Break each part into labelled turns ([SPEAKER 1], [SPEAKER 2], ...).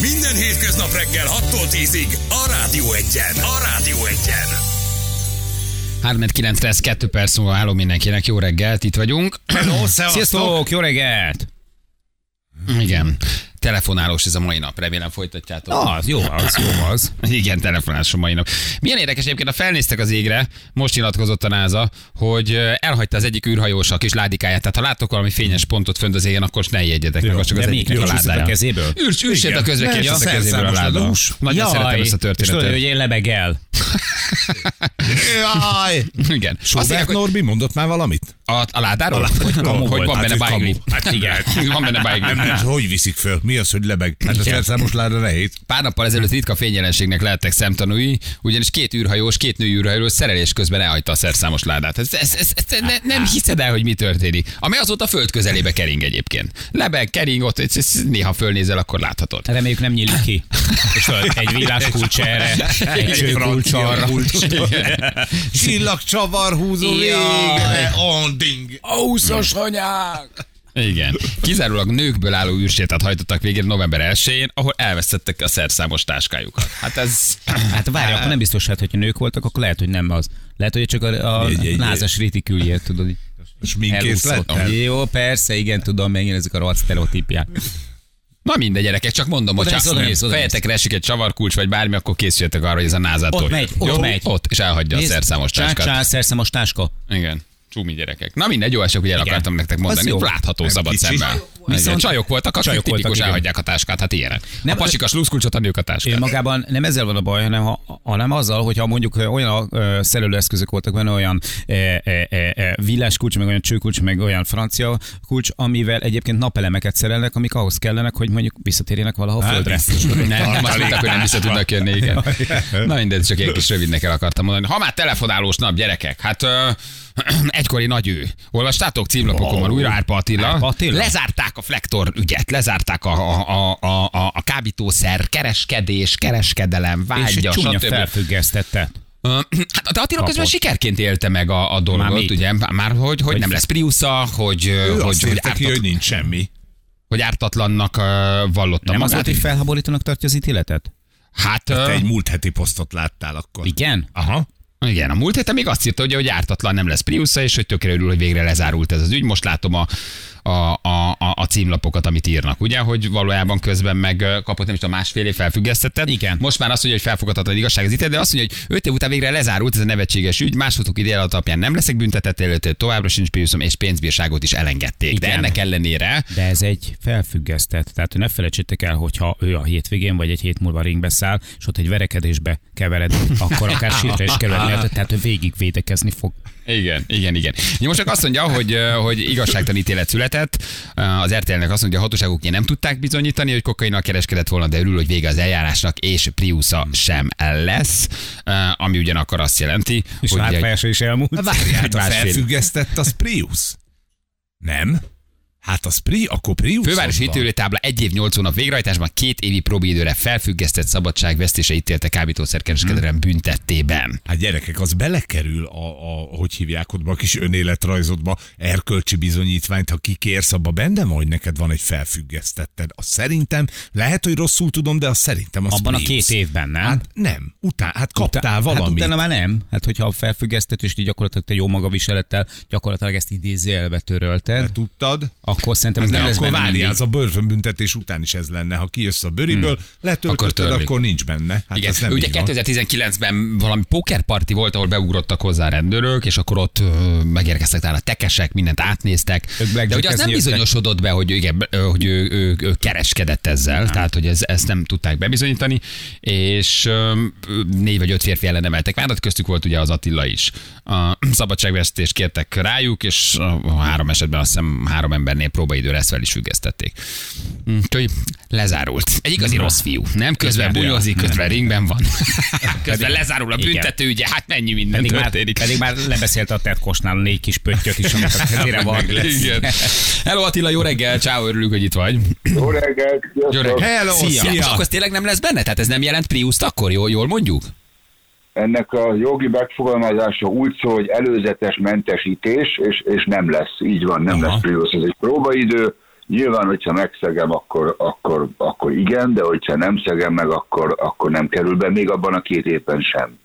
[SPEAKER 1] Minden hétköznap reggel 6-tól 10-ig a Rádió Egyen. A Rádió Egyen.
[SPEAKER 2] 3 lesz, 2 perc múlva álló mindenkinek. Jó reggelt, itt vagyunk.
[SPEAKER 3] Hello, Sziasztok, jó reggelt!
[SPEAKER 2] Igen, telefonálós ez a mai nap, remélem folytatjátok.
[SPEAKER 3] Az jó, az jó, az.
[SPEAKER 2] Igen, telefonálás a mai nap. Milyen érdekes egyébként, ha felnéztek az égre, most nyilatkozott a NASA, hogy ö, elhagyta az egyik űrhajós a kis ládikáját. Tehát ha láttok valami fényes pontot fönt az égen, akkor ne jegyedek meg, az csak az
[SPEAKER 3] de mi?
[SPEAKER 2] egyiknek a
[SPEAKER 3] Űrsüt a
[SPEAKER 2] ládája.
[SPEAKER 3] kezéből?
[SPEAKER 2] Űrs, űrsét a közvekedés
[SPEAKER 3] Ja,
[SPEAKER 2] a kezéből a
[SPEAKER 3] szerszámos
[SPEAKER 2] láda.
[SPEAKER 3] ladós.
[SPEAKER 2] Nagyon szeretem ezt a
[SPEAKER 3] És tudod, hogy
[SPEAKER 2] történetet.
[SPEAKER 3] én lebegel.
[SPEAKER 4] Jaj!
[SPEAKER 2] Igen. Azt írják,
[SPEAKER 4] Sobert
[SPEAKER 2] hogy
[SPEAKER 4] Norbi mondott már valamit?
[SPEAKER 2] a, a ládáról? Hogy,
[SPEAKER 3] kamu
[SPEAKER 2] kamu, hogy
[SPEAKER 3] volt.
[SPEAKER 2] van
[SPEAKER 3] Hát,
[SPEAKER 2] benne
[SPEAKER 3] hogy
[SPEAKER 2] bájgli.
[SPEAKER 3] kamu. Hát igen.
[SPEAKER 2] Van benne bájgli.
[SPEAKER 4] Nem, hogy viszik föl? Mi az, hogy lebeg? Hát a felszámos láda nehéz.
[SPEAKER 2] Pár nappal ezelőtt ritka fényjelenségnek lehettek szemtanúi, ugyanis két űrhajós, két női űrhajós szerelés közben elhagyta a szerszámos ládát. Ez, ez, ez, ez ne, nem hiszed el, hogy mi történik. Ami azóta a föld közelébe kering egyébként. Lebeg, kering, ott ez, ez, néha fölnézel, akkor láthatod.
[SPEAKER 3] Reméljük nem nyílik ki. És tudod, egy villáskulcs erre, egy csőkulcs arra.
[SPEAKER 4] Csillagcsavarhúzó.
[SPEAKER 2] Jaj.
[SPEAKER 4] Onding.
[SPEAKER 3] Auszos anyák!
[SPEAKER 2] Igen. Kizárólag nőkből álló űrsétát hajtottak végre november 1-én, ahol elvesztettek a szerszámos táskájukat. Hát ez...
[SPEAKER 3] Hát várj, akkor nem biztos, hát, hogyha nők voltak, akkor lehet, hogy nem az. Lehet, hogy csak a, a
[SPEAKER 4] Egy- egy-
[SPEAKER 3] názas ritiküljét, tudod, így
[SPEAKER 4] És mindkész lett?
[SPEAKER 3] elúszottam. Jó, persze, igen, tudom, megint ezek a rohadt sztereotípiák.
[SPEAKER 2] Na minden gyerekek, csak mondom, hogy
[SPEAKER 3] mész, oda mész,
[SPEAKER 2] ha
[SPEAKER 3] oda mész.
[SPEAKER 2] fejetekre esik egy csavarkulcs, vagy bármi, akkor készüljetek arra, hogy ez a názától.
[SPEAKER 3] Ott megy, ott
[SPEAKER 2] Jó?
[SPEAKER 3] megy.
[SPEAKER 2] Ott, és elhagyja a szerszámos táskát.
[SPEAKER 3] Csá, szerszámos táska.
[SPEAKER 2] Igen. Csúmi gyerekek. Na mindegy, jó esek, hogy el
[SPEAKER 3] Igen.
[SPEAKER 2] akartam nektek
[SPEAKER 3] Az
[SPEAKER 2] mondani.
[SPEAKER 3] jó.
[SPEAKER 2] Látható szabad
[SPEAKER 4] kicsi.
[SPEAKER 2] szemmel. Viszont
[SPEAKER 3] Viszont-
[SPEAKER 2] csajok voltak, akik
[SPEAKER 3] Csajok
[SPEAKER 2] tipikus
[SPEAKER 3] voltak, igen.
[SPEAKER 2] elhagyják a táskát, hát ilyenek. Nem,
[SPEAKER 3] Nem,
[SPEAKER 2] a pasikas luszkulcsot, a nők a táskát.
[SPEAKER 3] Ő magában nem ezzel van a baj, hanem, ha- hanem azzal, hogyha mondjuk ö, olyan ö, szerelőeszközök voltak benne, olyan e, e, e, e, villáskulcs, meg olyan csőkulcs, meg olyan francia kulcs, amivel egyébként napelemeket szerelnek, amik ahhoz kellenek, hogy mondjuk visszatérjenek valahol a földre.
[SPEAKER 2] Nem, nem azt mondták, hogy nem vissza tudnak jönni, igen. Na mindegy, csak egy kis rövidnek el akartam mondani. Ha már telefonálós nap, gyerekek, hát ö, egykori nagy ő. Olvastátok címlapokon van újra Árpa Attila.
[SPEAKER 3] Árpa Attila?
[SPEAKER 2] Lezárták a Flektor ügyet, lezárták a, a, a, a, a, a kábítószer, kereskedés, kereskedelem,
[SPEAKER 3] És
[SPEAKER 2] vágya,
[SPEAKER 3] egy csúnya
[SPEAKER 2] stb.
[SPEAKER 3] felfüggesztette.
[SPEAKER 2] Ö, Hát de Attila közben
[SPEAKER 3] Kapott.
[SPEAKER 2] sikerként élte meg a, a dolgot,
[SPEAKER 3] Már mit?
[SPEAKER 2] ugye? Már hogy, hogy nem lesz Priusza, hogy,
[SPEAKER 4] Ő azt
[SPEAKER 2] hogy,
[SPEAKER 4] hát
[SPEAKER 2] hogy,
[SPEAKER 4] írta ki,
[SPEAKER 2] ártat-
[SPEAKER 4] hogy nincs semmi.
[SPEAKER 2] hogy ártatlannak ö, vallotta
[SPEAKER 3] Nem
[SPEAKER 2] magát.
[SPEAKER 3] az volt, hogy felháborítónak tartja az ítéletet?
[SPEAKER 2] hát
[SPEAKER 4] Te
[SPEAKER 2] ö,
[SPEAKER 4] egy múlt heti posztot láttál akkor.
[SPEAKER 3] Igen?
[SPEAKER 4] Aha.
[SPEAKER 2] igen, a múlt héten még azt írta, ugye, hogy ártatlan nem lesz Priusza, és hogy tökre örül, hogy végre lezárult ez az ügy. Most látom a, a, a, a- a címlapokat, amit írnak, ugye, hogy valójában közben meg ö, kapott, nem is tudom, másfél év felfüggesztetted.
[SPEAKER 3] Igen.
[SPEAKER 2] Most már azt mondja, hogy felfogadhatatlan igazság az ítélet, de azt mondja, hogy 5 év után végre lezárult ez a nevetséges ügy, másodfokú ideje alapján nem leszek büntetett, előtte továbbra sincs priuszom, és pénzbírságot is elengedték. Igen. De
[SPEAKER 3] Igen.
[SPEAKER 2] ennek ellenére
[SPEAKER 3] De ez egy felfüggesztett. Tehát ne felejtsétek el, hogyha ő a hétvégén vagy egy hét múlva ringbe száll, és ott egy verekedésbe keveredik, akkor akár sírta is kerülhet, tehát ő végig védekezni fog.
[SPEAKER 2] Igen, igen, igen. Ja, Most csak azt mondja, hogy, ö, hogy igazságtalan ítélet született. Az RTL-nek azt mondja, a hatóságok ugye nem tudták bizonyítani, hogy kokainnal kereskedett volna, de örül, hogy vége az eljárásnak, és Priusza sem lesz, Ö, ami ugyanakkor azt jelenti,
[SPEAKER 3] És
[SPEAKER 2] hogy... ugye-
[SPEAKER 3] látvása is elmúlt.
[SPEAKER 4] Hát a
[SPEAKER 2] másfél.
[SPEAKER 4] felfüggesztett az Prius. Nem? Hát az Pri, akkor Prius.
[SPEAKER 2] Fővárosi ítélőtábla egy év nyolc hónap végrehajtásban két évi próbaidőre felfüggesztett szabadságvesztése ítélte kábítószerkereskedelem büntettében.
[SPEAKER 4] Hát gyerekek, az belekerül a, a hogy hívják ott, be, a kis önéletrajzodba, erkölcsi bizonyítványt, ha kikérsz, abba benne van, hogy neked van egy felfüggesztetted. Azt szerintem, lehet, hogy rosszul tudom, de azt szerintem az
[SPEAKER 3] Abban a
[SPEAKER 4] Prius.
[SPEAKER 3] két évben, nem?
[SPEAKER 4] Hát nem, után, hát kaptál valamit.
[SPEAKER 3] Hát utána már nem. Hát hogyha felfüggesztett, és így gyakorlatilag te jó magaviselettel, gyakorlatilag ezt idézőjelbe törölted,
[SPEAKER 4] Te Hát tudtad,
[SPEAKER 3] akkor szerintem ez
[SPEAKER 2] Hát
[SPEAKER 4] de
[SPEAKER 3] nem lesz
[SPEAKER 4] akkor
[SPEAKER 3] benne
[SPEAKER 4] várjál,
[SPEAKER 3] mindig.
[SPEAKER 4] az a börtönbüntetés után is ez lenne. Ha kijössz a bőriből, hmm.
[SPEAKER 2] Akkor
[SPEAKER 4] letöltötted,
[SPEAKER 2] törlik.
[SPEAKER 4] akkor, akkor nincs benne. Hát
[SPEAKER 2] Igen,
[SPEAKER 4] ez nem
[SPEAKER 2] ugye
[SPEAKER 4] így van.
[SPEAKER 2] 2019-ben valami pokerparti volt, ahol beugrottak hozzá rendőrök, és akkor ott ö, megérkeztek talán a tekesek, mindent átnéztek.
[SPEAKER 3] Ők
[SPEAKER 2] De ugye az
[SPEAKER 3] blackjackezni
[SPEAKER 2] nem
[SPEAKER 3] jöttek.
[SPEAKER 2] bizonyosodott be, hogy, igen, ö, hogy ő, ő, ő kereskedett ezzel, tehát hogy ez, ezt nem tudták bebizonyítani, és ö, négy vagy öt férfi ellen emeltek vádat, köztük volt ugye az Attila is. A szabadságvesztést kértek rájuk, és a három esetben azt hiszem három embernél próbaidőre ezt fel is függesztették. Úgyhogy Hm, lezárult. Egy igazi rossz fiú, nem? Közben bujózik, közben ringben van. Közben lezárul a büntető, ugye, hát mennyi minden
[SPEAKER 3] Pedig már,
[SPEAKER 2] történik.
[SPEAKER 3] pedig már lebeszélt a tetkosnál a négy kis pöttyöt is, amit a kezére van.
[SPEAKER 2] Igen. Hello Attila, jó reggel, ciao, örülünk, hogy itt vagy.
[SPEAKER 5] Jó reggelt!
[SPEAKER 2] Jó reggelt.
[SPEAKER 4] Hello,
[SPEAKER 2] Szia.
[SPEAKER 4] szia.
[SPEAKER 2] És akkor ez tényleg nem lesz benne? Tehát ez nem jelent Priuszt akkor, jól, jól mondjuk?
[SPEAKER 5] Ennek a jogi megfogalmazása úgy szól, hogy előzetes mentesítés, és, és nem lesz. Így van, nem
[SPEAKER 4] Aha.
[SPEAKER 5] lesz Prius. Ez egy próbaidő, Nyilván, hogyha megszegem, akkor, akkor, akkor igen, de hogyha nem szegem meg, akkor, akkor nem kerül be, még abban a két évben sem.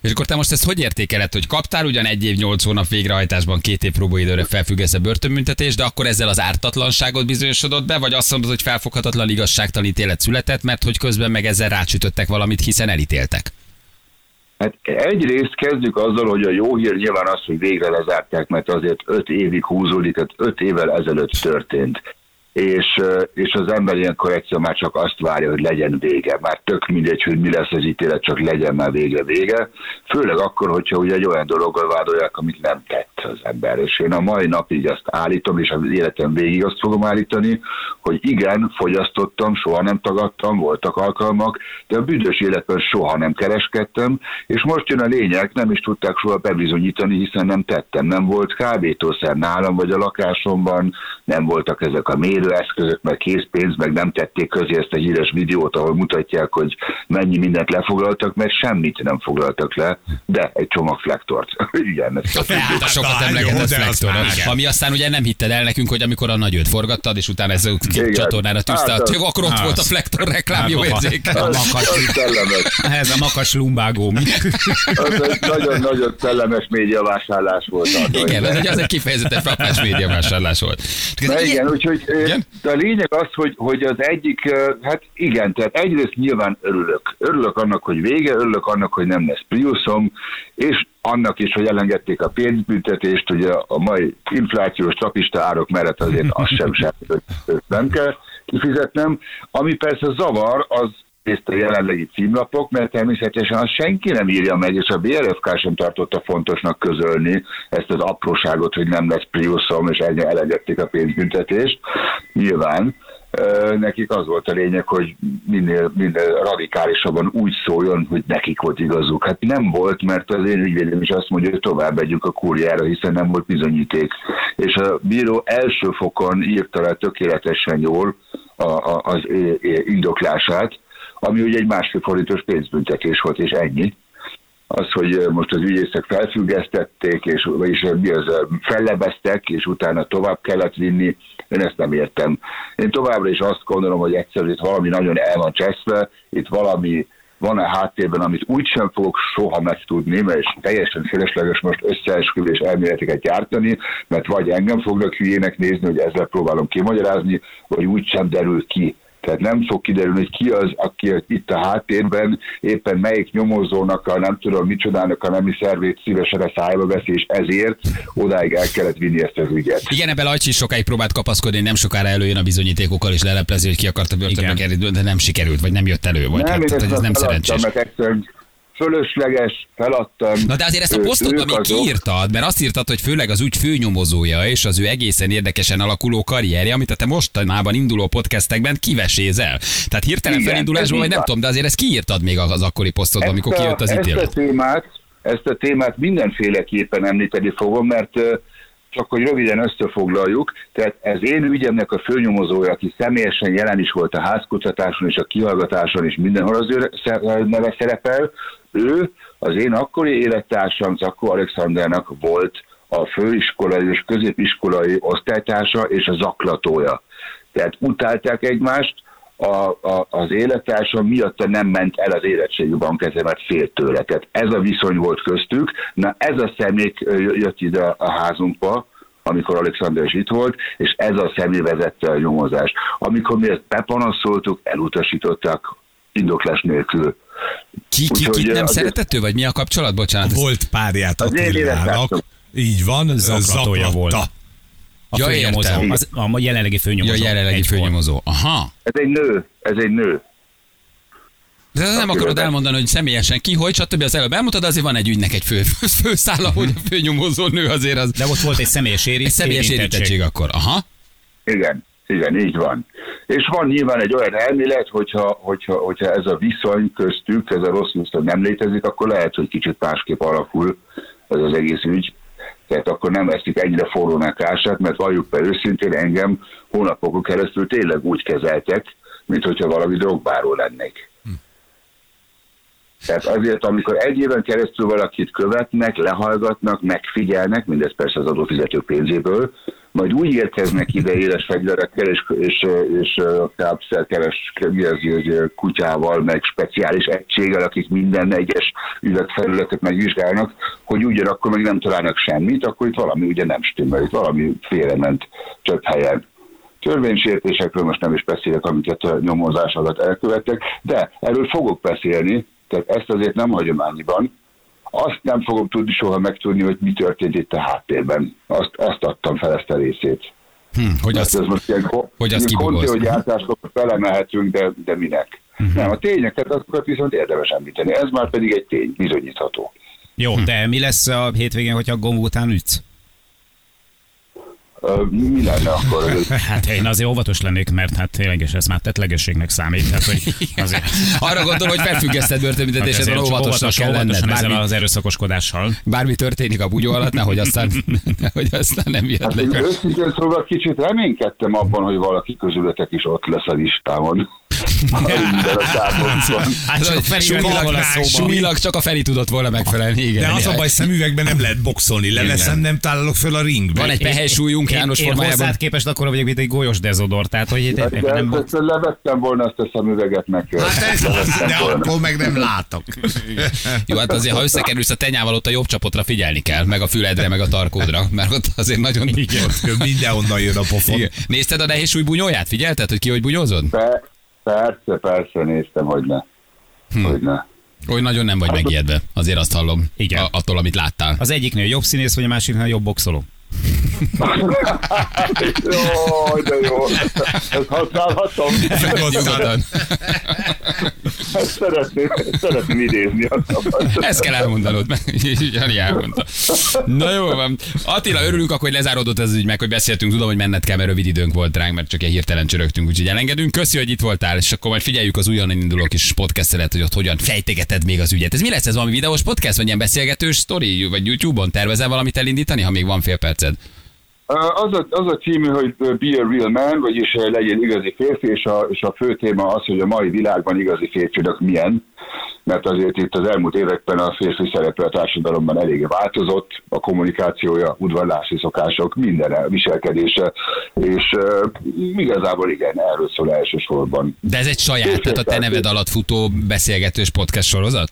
[SPEAKER 2] És akkor te most ezt hogy értékeled, hogy kaptál ugyan egy év, nyolc hónap végrehajtásban két év próbaidőre felfüggesz a börtönbüntetést, de akkor ezzel az ártatlanságot bizonyosodott be, vagy azt mondod, hogy felfoghatatlan igazságtalan ítélet született, mert hogy közben meg ezzel rácsütöttek valamit, hiszen elítéltek.
[SPEAKER 5] Hát egyrészt kezdjük azzal, hogy a jó hír nyilván az, hogy végre lezárták, mert azért öt évig húzódik, tehát öt évvel ezelőtt történt. És, és az ember ilyenkor egyszer már csak azt várja, hogy legyen vége. Már tök mindegy, hogy mi lesz az ítélet, csak legyen már végre vége. Főleg akkor, hogyha ugye egy olyan dologgal vádolják, amit nem tett az ember. És én a mai napig azt állítom, és az életem végig azt fogom állítani, hogy igen, fogyasztottam, soha nem tagadtam, voltak alkalmak, de a büdös életben soha nem kereskedtem, és most jön a lényeg, nem is tudták soha bebizonyítani, hiszen nem tettem. Nem volt kábítószer nálam vagy a lakásomban, nem voltak ezek a mérőeszközök, meg készpénz, meg nem tették közé ezt a híres videót, ahol mutatják, hogy mennyi mindent lefoglaltak, mert semmit nem foglaltak le, de egy csomag flektort. Igen, ezt
[SPEAKER 2] A
[SPEAKER 5] a
[SPEAKER 2] hát, sokat
[SPEAKER 4] Jó,
[SPEAKER 2] emlegetett
[SPEAKER 4] de az
[SPEAKER 2] Flektor,
[SPEAKER 4] már igen.
[SPEAKER 2] ami aztán ugye nem hitted el nekünk, hogy amikor a nagyőt forgattad, és utána ez a
[SPEAKER 5] Igen.
[SPEAKER 2] csatornára tűzte,
[SPEAKER 5] Hát,
[SPEAKER 2] hát,
[SPEAKER 5] az-
[SPEAKER 2] akkor ott volt a Flektor reklám, jó
[SPEAKER 3] Hát,
[SPEAKER 2] érzékel.
[SPEAKER 3] hát,
[SPEAKER 5] az, az szellemes.
[SPEAKER 3] Ez a makas lumbágó. mi?
[SPEAKER 5] Az egy nagyon-nagyon szellemes médiavásárlás volt. az,
[SPEAKER 2] Igen,
[SPEAKER 5] hogy-
[SPEAKER 2] ez egy, az egy kifejezetten frappás médiavásárlás volt. Csak
[SPEAKER 5] Na
[SPEAKER 2] ez
[SPEAKER 5] igen, úgyhogy ö,
[SPEAKER 2] Igen?
[SPEAKER 5] de a lényeg az, hogy, hogy az egyik, ö, hát igen, tehát egyrészt nyilván örülök. Örülök annak, hogy vége, örülök annak, hogy nem lesz Priusom, és annak is, hogy elengedték a pénzbüntetést, ugye a mai inflációs trapista árak mellett azért az sem sem, hogy ezt nem kell kifizetnem. Ami persze zavar, az részt a jelenlegi címlapok, mert természetesen azt senki nem írja meg, és a BRFK sem tartotta fontosnak közölni ezt az apróságot, hogy nem lesz Priusom, és ennyi elengedték a pénzbüntetést. Nyilván ö, nekik az volt a lényeg, hogy minél, minél radikálisabban úgy szóljon, hogy nekik volt igazuk. Hát nem volt, mert az én ügyvédem is azt mondja, hogy tovább megyünk a kurjára, hiszen nem volt bizonyíték. És a bíró első fokon írta le tökéletesen jól a, a, az é- é- indoklását, ami ugye egy másfél forintos pénzbüntetés volt, és ennyi. Az, hogy ö, most az ügyészek felfüggesztették, és, vagyis ö, mi az, ö, fellebeztek, és utána tovább kellett vinni, én ezt nem értem. Én továbbra is azt gondolom, hogy egyszerűen itt valami nagyon el van cseszve, itt valami van a háttérben, amit úgysem fogok soha megtudni, mert és teljesen fölösleges most összeesküvés elméleteket gyártani, mert vagy engem fognak hülyének nézni, hogy ezzel próbálom kimagyarázni, vagy úgysem derül ki. Tehát nem fog kiderülni, hogy ki az, aki itt a háttérben éppen melyik nyomozónak a nem tudom micsodának a nemi szervét szívesen a szájba veszi, és ezért odáig el kellett vinni ezt az ügyet.
[SPEAKER 2] Igen, ebben Lajcsi is sokáig próbált kapaszkodni, nem sokára előjön a bizonyítékokkal, és leleplezi, hogy ki akarta börtönbe
[SPEAKER 3] Igen.
[SPEAKER 2] kerülni, de nem sikerült, vagy nem jött elő, vagy hát,
[SPEAKER 5] én
[SPEAKER 2] tehát, hogy
[SPEAKER 5] ezt
[SPEAKER 2] ez nem
[SPEAKER 5] feladtam,
[SPEAKER 2] szerencsés.
[SPEAKER 5] mert egyszerűen fölösleges, feladtam.
[SPEAKER 2] Na de azért ezt a
[SPEAKER 5] Ő-
[SPEAKER 2] posztot,
[SPEAKER 5] ők
[SPEAKER 2] amit
[SPEAKER 5] azok-
[SPEAKER 2] kiírtad, mert azt írtad, hogy főleg az ügy főnyomozója és az ő egészen érdekesen alakuló karrierje, amit a te mostanában induló podcastekben kivesézel. Tehát hirtelen
[SPEAKER 5] Igen,
[SPEAKER 2] felindulásból,
[SPEAKER 5] ez
[SPEAKER 2] vagy
[SPEAKER 5] így
[SPEAKER 2] nem
[SPEAKER 5] van.
[SPEAKER 2] tudom, de azért ezt kiírtad még az akkori posztodban, amikor
[SPEAKER 5] Ezt a-
[SPEAKER 2] kijött az ítélet.
[SPEAKER 5] Ezt a témát, ezt a témát mindenféleképpen említeni fogom, mert ö, csak hogy röviden összefoglaljuk, tehát ez én ügyemnek a főnyomozója, aki személyesen jelen is volt a házkutatáson és a kihallgatáson is mindenhol az ő sze- neve szerepel, ő az én akkori élettársam, Zakó Alexandernak volt a főiskolai és középiskolai osztálytársa és a zaklatója. Tehát utálták egymást, a, a, az élettársa miatta nem ment el az érettségi bankezemet fél tőle. Tehát ez a viszony volt köztük. Na ez a személy jött ide a házunkba, amikor Alexander is itt volt, és ez a személy vezette a nyomozást. Amikor mi ezt bepanaszoltuk, elutasították indoklás nélkül.
[SPEAKER 2] Ki, ki,
[SPEAKER 5] Úgyhogy,
[SPEAKER 2] ki
[SPEAKER 5] eh,
[SPEAKER 2] nem
[SPEAKER 5] azért-
[SPEAKER 2] szeretett ő, vagy mi a kapcsolat? Bocsánat. ezt-
[SPEAKER 4] Volt párját
[SPEAKER 5] Az én élettársam.
[SPEAKER 4] Attilának. Így van,
[SPEAKER 3] Zaklatója
[SPEAKER 4] zaklatója
[SPEAKER 3] volt.
[SPEAKER 4] volt.
[SPEAKER 3] A
[SPEAKER 2] Ja,
[SPEAKER 3] főnyomozó.
[SPEAKER 2] értem.
[SPEAKER 3] Az, a jelenlegi
[SPEAKER 2] Ja,
[SPEAKER 3] főnyomozó.
[SPEAKER 2] jelenlegi
[SPEAKER 3] Egy volt.
[SPEAKER 2] főnyomozó. Aha.
[SPEAKER 5] Ez egy nő, ez egy nő.
[SPEAKER 2] De nem
[SPEAKER 5] Aki
[SPEAKER 2] akarod
[SPEAKER 5] oda-
[SPEAKER 2] elmondani, hogy személyesen ki, hogy, stb. az előbb elmondod, azért van egy ügynek egy fő, főszála, hogy a főnyomozó nő azért az.
[SPEAKER 3] De ott volt egy személyes éri-
[SPEAKER 2] Egy személyes érintettség akkor. Aha.
[SPEAKER 5] Igen, igen, így van. És van nyilván egy olyan elmélet, hogyha, hogyha, hogyha ez a viszony köztük, ez a rossz viszony nem létezik, akkor lehet, hogy kicsit másképp alakul ez az egész ügy. Tehát akkor nem veszik ennyire forrónak ását, mert valljuk be őszintén, engem hónapokon keresztül tényleg úgy kezeltek, mint hogyha valami drogbáró lennék. Tehát azért, amikor egy éven keresztül valakit követnek, lehallgatnak, megfigyelnek, mindez persze az adófizetők pénzéből, majd úgy érkeznek ide éles fegyverekkel, és, és, és tápszerkeres mi az, hogy kutyával, meg speciális egységgel, akik minden egyes üvegfelületet megvizsgálnak, hogy ugyanakkor meg nem találnak semmit, akkor itt valami ugye nem stimmel, itt valami félrement több helyen törvénysértésekről most nem is beszélek, amiket a nyomozás alatt elkövettek, de erről fogok beszélni, tehát ezt azért nem hagyományiban, azt nem fogom tudni soha megtudni, hogy mi történt itt a háttérben. Azt, azt adtam fel ezt a részét.
[SPEAKER 2] Hm, hogy
[SPEAKER 5] Mert
[SPEAKER 2] azt,
[SPEAKER 5] ez most ilyen, ko-
[SPEAKER 2] hogy azt
[SPEAKER 5] ilyen konti,
[SPEAKER 2] kibogozd.
[SPEAKER 5] hogy átláskor belemehetünk, de, de minek?
[SPEAKER 2] Mhm.
[SPEAKER 5] Nem, a tényeket azokat viszont érdemes említeni. Ez már pedig egy tény, bizonyítható.
[SPEAKER 3] Jó, de mi lesz a hétvégén, hogyha a gomb után ütsz?
[SPEAKER 5] Ö, Mi lenne akkor?
[SPEAKER 3] Hát én azért óvatos lennék, mert hát tényleg ez már tetlegességnek számít. Tehát, hogy azért,
[SPEAKER 2] arra gondolom, hogy felfüggesztett
[SPEAKER 3] Hát
[SPEAKER 2] börtönbüntetésed
[SPEAKER 3] ezért
[SPEAKER 2] van
[SPEAKER 3] csak
[SPEAKER 2] óvatosnak kell lenned.
[SPEAKER 3] óvatosan ezzel
[SPEAKER 2] Bármi,
[SPEAKER 3] az erőszakoskodással. Hát,
[SPEAKER 2] bármi történik a bugyó alatt, nehogy aztán, nehogy aztán nem jött
[SPEAKER 5] Hát én
[SPEAKER 2] le.
[SPEAKER 5] őszintén szóval kicsit reménykedtem abban, hogy valaki közületek is ott lesz a listámon. Minden a táborban.
[SPEAKER 3] Hát csak a Feri
[SPEAKER 2] Súlyilag-
[SPEAKER 3] valahol a szóba.
[SPEAKER 2] Súlyilag csak a Feri tudott volna megfelelni. Igen,
[SPEAKER 4] De az a
[SPEAKER 2] Igen.
[SPEAKER 4] baj, szemüvegben nem lehet boxolni, leveszem, nem találok föl a ringbe.
[SPEAKER 2] Van egy pehely súlyunk János
[SPEAKER 3] én, én
[SPEAKER 2] formájában.
[SPEAKER 3] hozzád képest akkor vagyok, mint egy golyós dezodor. Tehát, hogy itt
[SPEAKER 5] Hát de
[SPEAKER 3] nem
[SPEAKER 5] nem
[SPEAKER 3] volt.
[SPEAKER 5] ezt levettem volna ezt a szemüveget neki.
[SPEAKER 4] Hát ez az, de akkor meg nem látok.
[SPEAKER 2] Jó, hát azért, ha összekerülsz a tenyával, ott a jobb csapotra figyelni kell, meg a füledre, meg a tarkódra, mert ott azért nagyon... Igen.
[SPEAKER 4] Mindenhonnan jön a pofon.
[SPEAKER 2] Nézted a nehéz súly bunyóját? Figyelted, hogy ki hogy bunyózod?
[SPEAKER 5] Pe- persze, persze, néztem, hogy ne. Hm. Hogy ne.
[SPEAKER 2] Oly nagyon nem vagy megijedve, azért azt hallom.
[SPEAKER 3] Igen.
[SPEAKER 2] A- attól, amit láttál.
[SPEAKER 3] Az egyiknél jobb színész, vagy a másiknál jobb boxoló.
[SPEAKER 5] jó, de jó. Ezt használhatom.
[SPEAKER 2] Nyugodtan.
[SPEAKER 5] Ezt szeretném, szeretném idézni a szabad.
[SPEAKER 2] Ezt kell elmondanod, mert Jani elmondta. Na jó van. Attila, örülünk, akkor, hogy lezáródott ez az ügy, meg hogy beszéltünk. Tudom, hogy menned kell, mert rövid időnk volt ránk, mert csak ilyen hirtelen csörögtünk, úgyhogy elengedünk. Köszi, hogy itt voltál, és akkor majd figyeljük az újonnan induló kis podcastet, hogy ott hogyan fejtegeted még az ügyet. Ez mi lesz ez? Valami videós podcast, vagy ilyen beszélgetős sztori, vagy YouTube-on tervezel valamit elindítani, ha még van fél perced?
[SPEAKER 5] Az a, az a című, hogy Be a Real Man, vagyis eh, legyen igazi férfi, és a, és a fő téma az, hogy a mai világban igazi férfinak milyen, mert azért itt az elmúlt években a férfi szerepe a társadalomban eléggé változott, a kommunikációja, udvarlási szokások, minden a viselkedése, és eh, igazából igen, erről szól elsősorban.
[SPEAKER 2] De ez egy saját, tehát a te neved alatt futó beszélgetős podcast sorozat?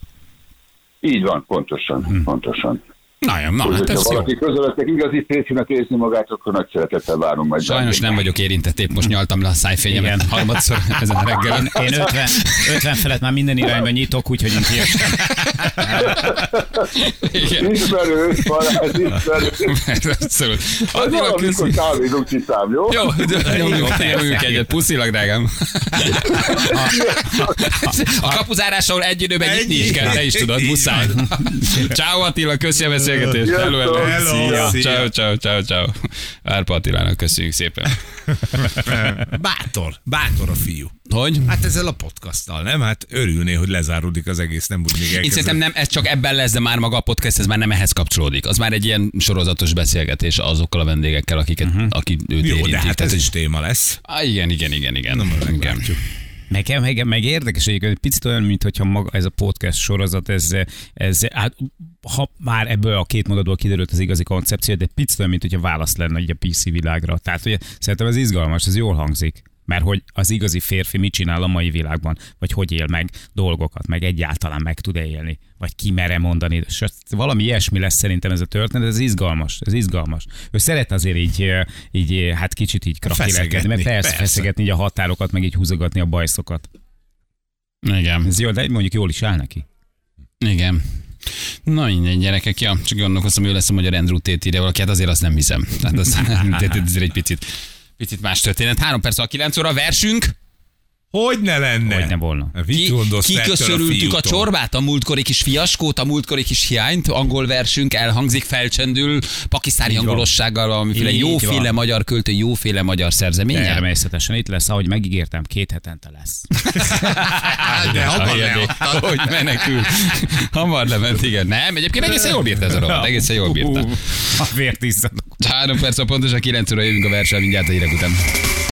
[SPEAKER 5] Így van, pontosan, hmm. pontosan.
[SPEAKER 2] Na, jó, na,
[SPEAKER 5] Úgyhogy,
[SPEAKER 2] Hm. hát ez
[SPEAKER 5] ha
[SPEAKER 2] jó.
[SPEAKER 5] valaki közölöttek igazi férfinak érzi magát, akkor nagy szeretettel várom majd.
[SPEAKER 2] Sajnos nem vagyok érintett, épp most nyaltam le a szájfényemet
[SPEAKER 3] Igen.
[SPEAKER 2] harmadszor ezen a reggelen.
[SPEAKER 3] Én 50, 50 felett már minden irányba nyitok, úgyhogy én kiestem.
[SPEAKER 2] Igen.
[SPEAKER 5] Ismerő, Balázs, ismerő.
[SPEAKER 2] Abszolút.
[SPEAKER 5] Az
[SPEAKER 2] Attila,
[SPEAKER 5] valamikor
[SPEAKER 2] köszi.
[SPEAKER 5] távézunk csiszám, jó?
[SPEAKER 2] Jó, nyomjuk,
[SPEAKER 3] persze.
[SPEAKER 2] nyomjuk egyet. Puszilag, drágám. A kapuzárással egy időben nyitni is kell, te is tudod, muszáj. Ciao Attila, köszi a beszélgetést. Hello, hello.
[SPEAKER 4] Hello,
[SPEAKER 2] Szia.
[SPEAKER 4] szia.
[SPEAKER 2] Ciao, ciao, ciao, ciao. Árpa Attilának köszönjük szépen.
[SPEAKER 4] Bátor, bátor a fiú.
[SPEAKER 2] Hogy?
[SPEAKER 4] Hát ezzel a podcasttal, nem? Hát örülné, hogy lezáródik az egész, nem úgy még
[SPEAKER 2] Én szerintem
[SPEAKER 4] elkezdett.
[SPEAKER 2] nem, ez csak ebben lesz, de már maga a podcast, ez már nem ehhez kapcsolódik. Az már egy ilyen sorozatos beszélgetés azokkal a vendégekkel, akiket, uh-huh. aki őt
[SPEAKER 4] Jó,
[SPEAKER 2] érintik.
[SPEAKER 4] de hát
[SPEAKER 2] Tehát,
[SPEAKER 4] ez
[SPEAKER 2] hogy-
[SPEAKER 4] is téma lesz.
[SPEAKER 2] Á, igen, igen, igen, igen.
[SPEAKER 4] Na, majd
[SPEAKER 2] igen.
[SPEAKER 4] meglátjuk.
[SPEAKER 3] Nekem meg, meg érdekes egyébként, egy picit olyan, mint hogyha maga ez a podcast sorozat, ez, ez hát, ha már ebből a két mondatból kiderült az igazi koncepció, de picit olyan, mint hogyha válasz lenne így a PC világra. Tehát hogy szerintem ez izgalmas, ez jól hangzik. Mert hogy az igazi férfi mit csinál a mai világban, vagy hogy él meg dolgokat, meg egyáltalán meg tud-e élni, vagy ki mere mondani. S az- Valami ilyesmi lesz szerintem ez a történet, ez izgalmas, ez izgalmas. Ő szeret azért így, így hát kicsit így krakilekedni, mert
[SPEAKER 4] Feszegetni,
[SPEAKER 3] persze,
[SPEAKER 4] persze.
[SPEAKER 3] persze feszegetni így a határokat, meg így húzogatni a bajszokat.
[SPEAKER 2] Igen,
[SPEAKER 3] Ez jó, de mondjuk jól is áll neki.
[SPEAKER 2] igen. Na minden gyerekek, ja, csak gondolkoztam, ő lesz a magyar Andrew Tate írja valaki, hát azért azt nem hiszem. Tehát az, tehát azért egy picit, picit más történet. Három perc a kilenc óra, versünk.
[SPEAKER 4] Hogy ne lenne? Hát
[SPEAKER 3] Hogy ne volna.
[SPEAKER 2] Ki, kiköszörültük a, a
[SPEAKER 4] csorba.
[SPEAKER 2] csorbát, a múltkori kis fiaskót, a múltkori kis hiányt, angol versünk elhangzik, felcsendül, pakisztáni
[SPEAKER 3] van.
[SPEAKER 2] angolossággal, amiféle
[SPEAKER 3] Így van.
[SPEAKER 2] jóféle magyar költő, jóféle magyar szerzeménye.
[SPEAKER 3] Természetesen itt lesz, ahogy megígértem, két hetente lesz.
[SPEAKER 4] De hamar
[SPEAKER 2] Ajjaj,
[SPEAKER 4] leadtad.
[SPEAKER 2] Hogy menekül. Hamar lement, igen. Nem, egyébként egészen jól bírta ez a rovat, egészen jól bírta.
[SPEAKER 3] A vért izzadok.
[SPEAKER 2] Három perc a pontos, a kilenc óra jövünk a versen, mindjárt a hírek után.